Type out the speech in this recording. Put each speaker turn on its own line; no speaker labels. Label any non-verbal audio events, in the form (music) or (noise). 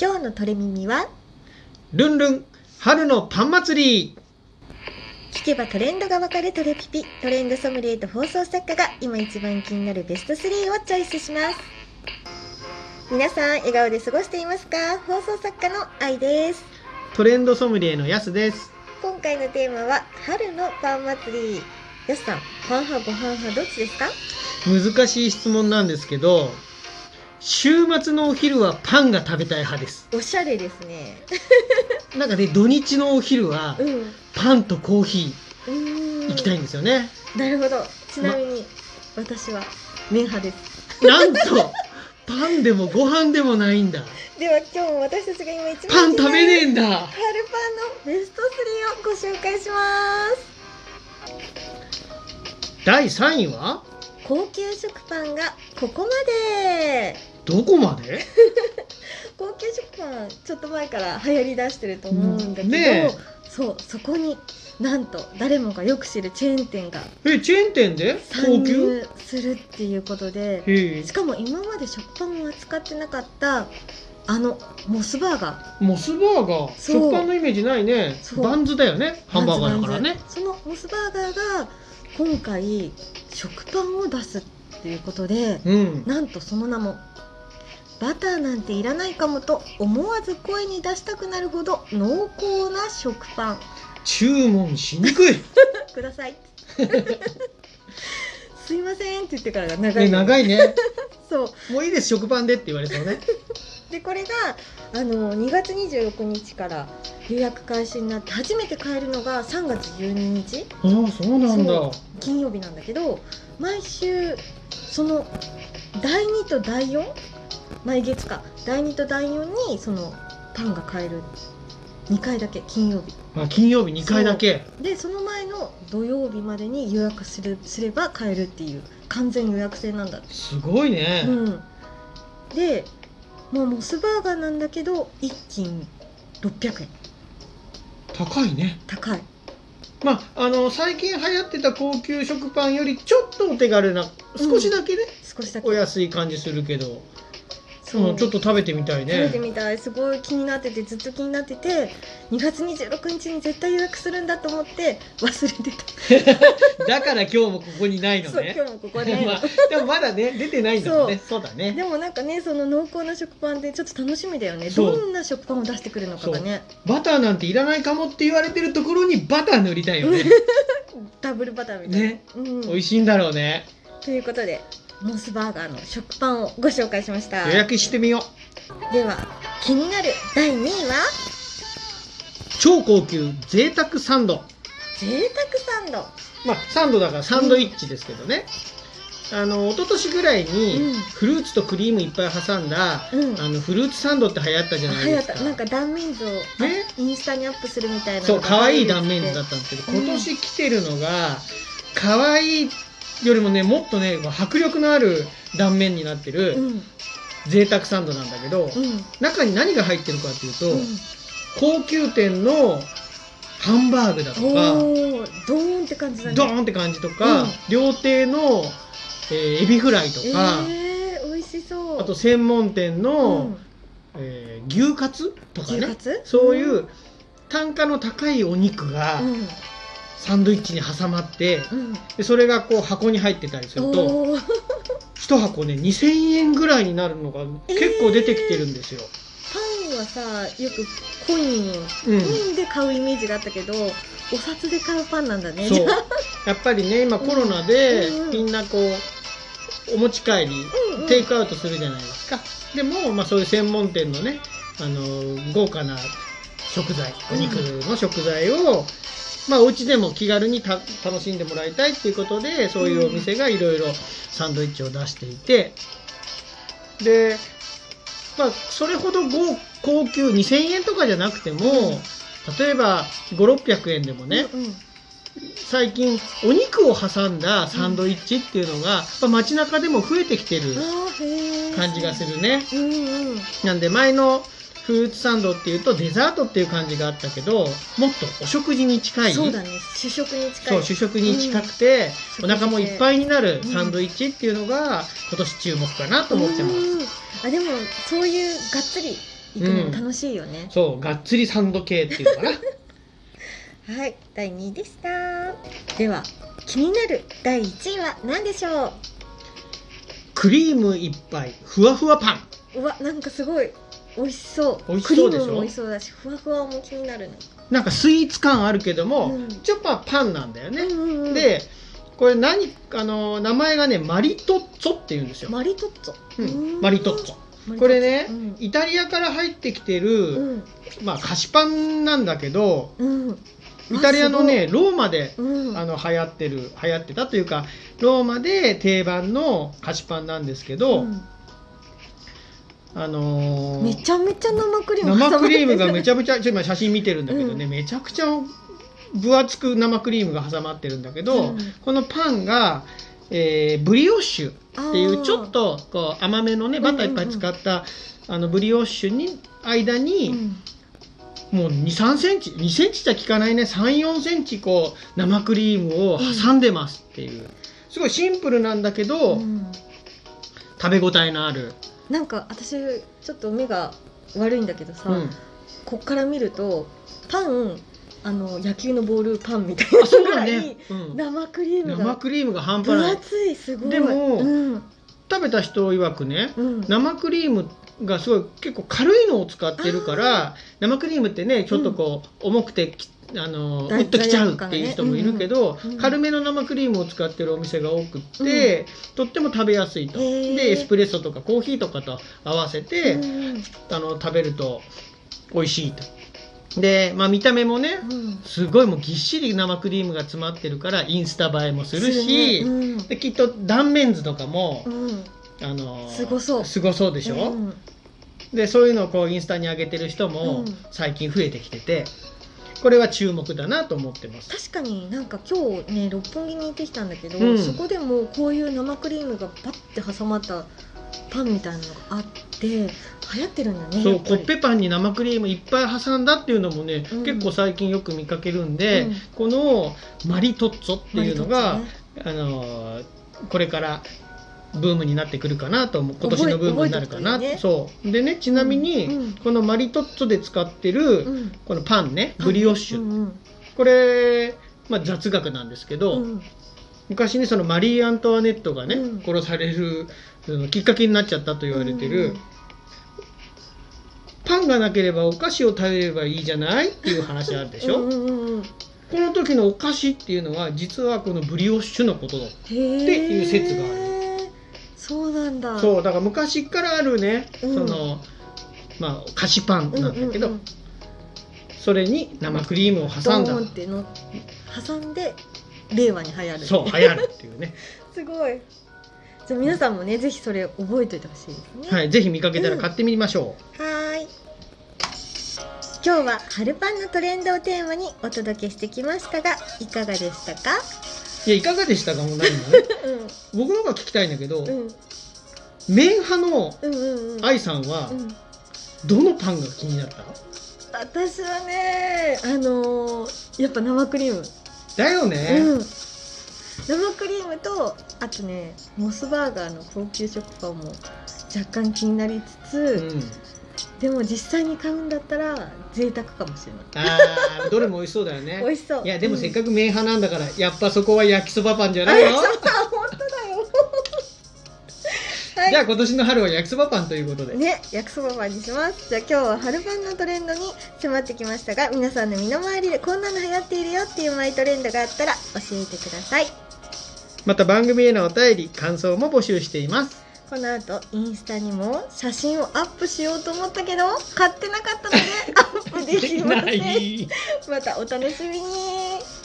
今日のトレミミは
ルンルン春のパン祭り
聞けばトレンドがわかるトレピピトレンドソムリエと放送作家が今一番気になるベスト3をチョイスします皆さん笑顔で過ごしていますか放送作家の愛です
トレンドソムリエのやすです
今回のテーマは春のパン祭りやすさんパン派ご飯派どっちですか
難しい質問なんですけど週末のお昼はパンが食べたい派です
おしゃれですね
なんかね土日のお昼は
うんう
パンとコーヒ
ーん
ー行きたいんですよね、
なるほどちなみに私は麺派です
なんとパンでもご飯でもないんだ
では今日も私たちが今一番
パン
気に
食
なる
べねえんだ
春パンのベスト3をご紹介します
第3位は
高級食パンがここまで
どこまで
高級食パンちょっと前から流行りだしてると思うんだけど、
ねえ
そうそこになんと誰もがよく知るチェーン店が
えチェーン店で
参
高級
入するっていうことで
へえ
しかも今まで食パンを扱ってなかったあのモスバーガー
モスバーガー
そう
食パンのイメージないね
そう
バンズだよねハンバーガーだからね
まずまずそのモスバーガーが今回食パンを出すっていうことで
うん
なんとその名もバターなんていらないかもと思わず声に出したくなるほど濃厚な食パン (laughs)
注文しにくい
ください (laughs) すいませんって言ってからが長
ね
い
長いね
そう
(laughs) もういいです食パンでって言われそうね
でこれがあの2月26日から予約開始になって初めて買えるのが3月12日
ああそうなんだ
金曜日なんだけど毎週その第2と第4毎月か第2と第4にそのパンが買える2回だけ金曜日
あ金曜日2回だけ
でその前の土曜日までに予約するすれば買えるっていう完全予約制なんだって
すごいね、
うんでもうモスバーガーなんだけど1斤600円
高いね
高い
まああの最近流行ってた高級食パンよりちょっとお手軽な
うん
少しだけね、
少しだけ
お安い感じするけど
そ
そうちょっと食べてみたい
食べて
ね
みたいすごい気になっててずっと気になってて2月26日に絶対予約するんだと思って忘れてた、
だから今日もここにないの
そう
ね
今日もここはない
(laughs) ま
の
あでもまだね出てないんだもんねそうだね
でもなんかねその濃厚な食パンってちょっと楽しみだよね
そう
どんな食パンを出してくるのかがね
バターなんていらないかもって言われてるところにバター塗りたいよね
ダブルバターみたいな、
ね
うん、
美味しいんだろうね
ということでモスバーガーの食パンをご紹介しました
予約してみよう
では気になる第2位は
超高級贅沢サンド
贅沢サンド
まあサンドだからサンドイッチですけどね、あの一昨年ぐらいに
うん
フルーツとクリームいっぱい挟んだ、
うん
あのフルーツサンドって流行ったじゃない
はや
で
っ
すか
たなんか断面図を、
ね
インスタにアップするみたいな
そう可愛い断
面
面図
図
だったんですけど、
うん
今年来てるのが可愛いよりもねもっとね迫力のある断面になって
う
る
ん
贅沢サンドなんだけど、
うん
中に何が入ってるかっていうと、
うん
高級店のハンバーグだとか
おードーンって感じだね
ドーンって感じとか、
うん
料亭の、えーエビフライとか、
えー、美味しそう
あと専門店
う
の
ん、
えー牛カツとか
牛カ
ね
ツ
そういう単価の高いお肉が
うん
サンドイッチに挟まって
うん
でそれがこう箱に入ってたりすると
おー
1箱ね2000円ぐらいになるのが結構出てきてるんですよ。
パンはさよくコインを
うん
コインで買うイメージがあったけどお札で買うパンなんだね
そう
う
やっぱりね今コロナで
うんうん
みんなこうお持ち帰り
うんうん
テイクアウトするじゃないですかでも、まあ、そういう専門店のねあの豪華な食材お肉の食材を、まあ、お家でも気軽にた楽しんでもらいたいっていうことでそういうお店がいろいろサンドイッチを出していてでまあそれほど豪高級2000円とかじゃなくても例えば5600円でもね、
うんうん
最近お肉を挟んだサンドイッチっていうのが、まあ、街中でも増えてきてる
あーへー
感じがするね
うんうん
なんで前のフルーツサンドっていうとデザートっていう感じがあったけどもっとお食事に近い
そうだね主食に近い
そう主食に近くて、
うん
お腹もいっぱいになるサンドイッチっていうのが今年注目かなと思ってます、
うんあでもそういうがっつり行くのも楽しいよね、
そうがっつりサンド系っていうのかな (laughs)
はい第2位でしたでは気になる第1位は何でしょ
クリームいっぱいふわふわパン
ううわなんかすごい美味しそう
美味しそ
ク
うで
リー
しょ
ムも美味しそうだしふわふわも気になるね
なんかスイーツ感あるけども、
うん
ちょっとはパンなんだよね、
うんうんうん、
でこれ何あの名前がねマリトッツォっていうんですよ、
マリトッツ
う
ォ、
ん、マリトッツ
ォ
ォこれね、
うん
イタリアから入ってきてる、
うん
まあ菓子パンなんだけど
うん
イタリアのねローマで
あすごいうん
あの流行ってる流行ってたというかローマで定番の菓子パンなんですけ
う
ど、あの
ん
ー
めちゃめちゃ生クリーム
生クリームがめち
ゃ
ゃめちゃちょっと今写真見てるんだけどね、
うん
めちゃくちゃ分厚く生クリームが挟まってるんだけど、
うん
このパンが、えーブリオッシュ
っ
っていうちょっとこう甘めのねバターいっぱい使った、あのブリオッシュに間に、もう23センチ2センチじゃ効かないね34センチこう生クリームを挟んでますっていう、すごいシンプルなんだけど、食べ応えのある、
なんか私ちょっと目が悪いんだけどさ、
うん
こっから見るとパンあの野球のボールパンみたい
あそうだ
なぐら
ね
い、
うん
生クリーム
生
が
クリームが半端
分
ない
厚いすごい
でも
うん
食べた人曰くね
うん、
生クリームがすごい結構軽いのを使ってるから生クリームってねちょっとこう、重くてきあの
だ
うっときちゃうっていう人もいるけど、
うんうん
軽めの生クリームを使ってるお店が多くって、とっても食べやすいと、
へー
でエスプレッソとかコーヒーとかと合わせて、
うん
あの食べると美味しいとで、まあ、見た目もね
うん
すごいもうぎっしり生クリームが詰まってるからインスタ映えもするし、
ねうん
できっと断面図とかも、
うん
あのー
すごそう
すごそうでしょ、
うん
でそういうのをこうインスタに上げてる人
う
も
ん
最近増えてきててこれは注目だなと思ってます
確かになんか今日ね六本木に行ってきたんだけど、
うん
そこでもこういう生クリームがパッて挟まったパンみたいなのがあって流行ってるんだね
そ
や
う
っ
コ
ぱり
ッペパンに生クリームいっぱい挟んだっていうのもね、
うん
結構最近よく見かけるんで、
うん
このマリトッツォっていうの
マ
が、
リトッツ
あのーこれからブームになってくるかなと思う今年のブームになるかな
覚え覚え
そうでねちなみに、
うんうん
このマリトッツォで使ってる、
ォね
このパンねブリオッシュ、
うんうん
これ、まあ、雑学なんですけ
う
ど、
んうん
昔にそのマリー・アントワネットがね、
うん
殺されるそのきっかけになっちゃったと言われてる、パンがなければお菓子を食べればいいじゃないっていう話あるでしょ、
うんうんうんうん、
この時のお菓子っていうのは実はこのブリオッシュのことだ、
ってい
いう説があ
るそうなんだ
そうだから昔からあるね、
うん
そのまあ菓子パン
うん
なんだけど、
うんうん
それに生クリームを挟んだ、
ドーンっての挟んで令和に流行る
そう流行るっていうね、
すごいじゃあ皆さんもねぜひそれ覚えておいてほしいですね
はい、ぜひ見かけたら買ってみましょ
はーい。今日は春パンのトレンドをテーマにお届けしてきましたが、いかがでしたか？
ういやいかがでしたかもう何もね
う
僕の方が聞きたいんだけど、
ん、うん、
麺派の
うん、うん、うん。
愛さんは、
うん
どのパンが気になったの
私はね、あのー、やっぱ生クリーム。
だよね、
うん。生クリームとあとねモスバーガーの高級食パンも若干気になりつ
うん
つ、でも実際に買うんだったら贅沢かもしれな
あーどれも美味しそうだよ
い美
ね
味しそう
い
い
やでもせっ
く、
かく麺派なんだからやっぱそこは焼きそばパンじゃ
うん、あ
ないの
そうだ本当だよはい
じゃあ今年の春は焼きそばパンということで、
ね、焼きそばパンにします。じゃあ今日は春パンのトレンドに迫ってきましたが、皆さんの身の回りでこんなの流行っているよっていうマイトレンドがあったら教えてください。
また番組へのお便り感想も募集してい (laughs) ます
この後インスタにも写真をアップしようと思ったけど
(laughs)
買ってなかったのでアップできません。またお楽しみに。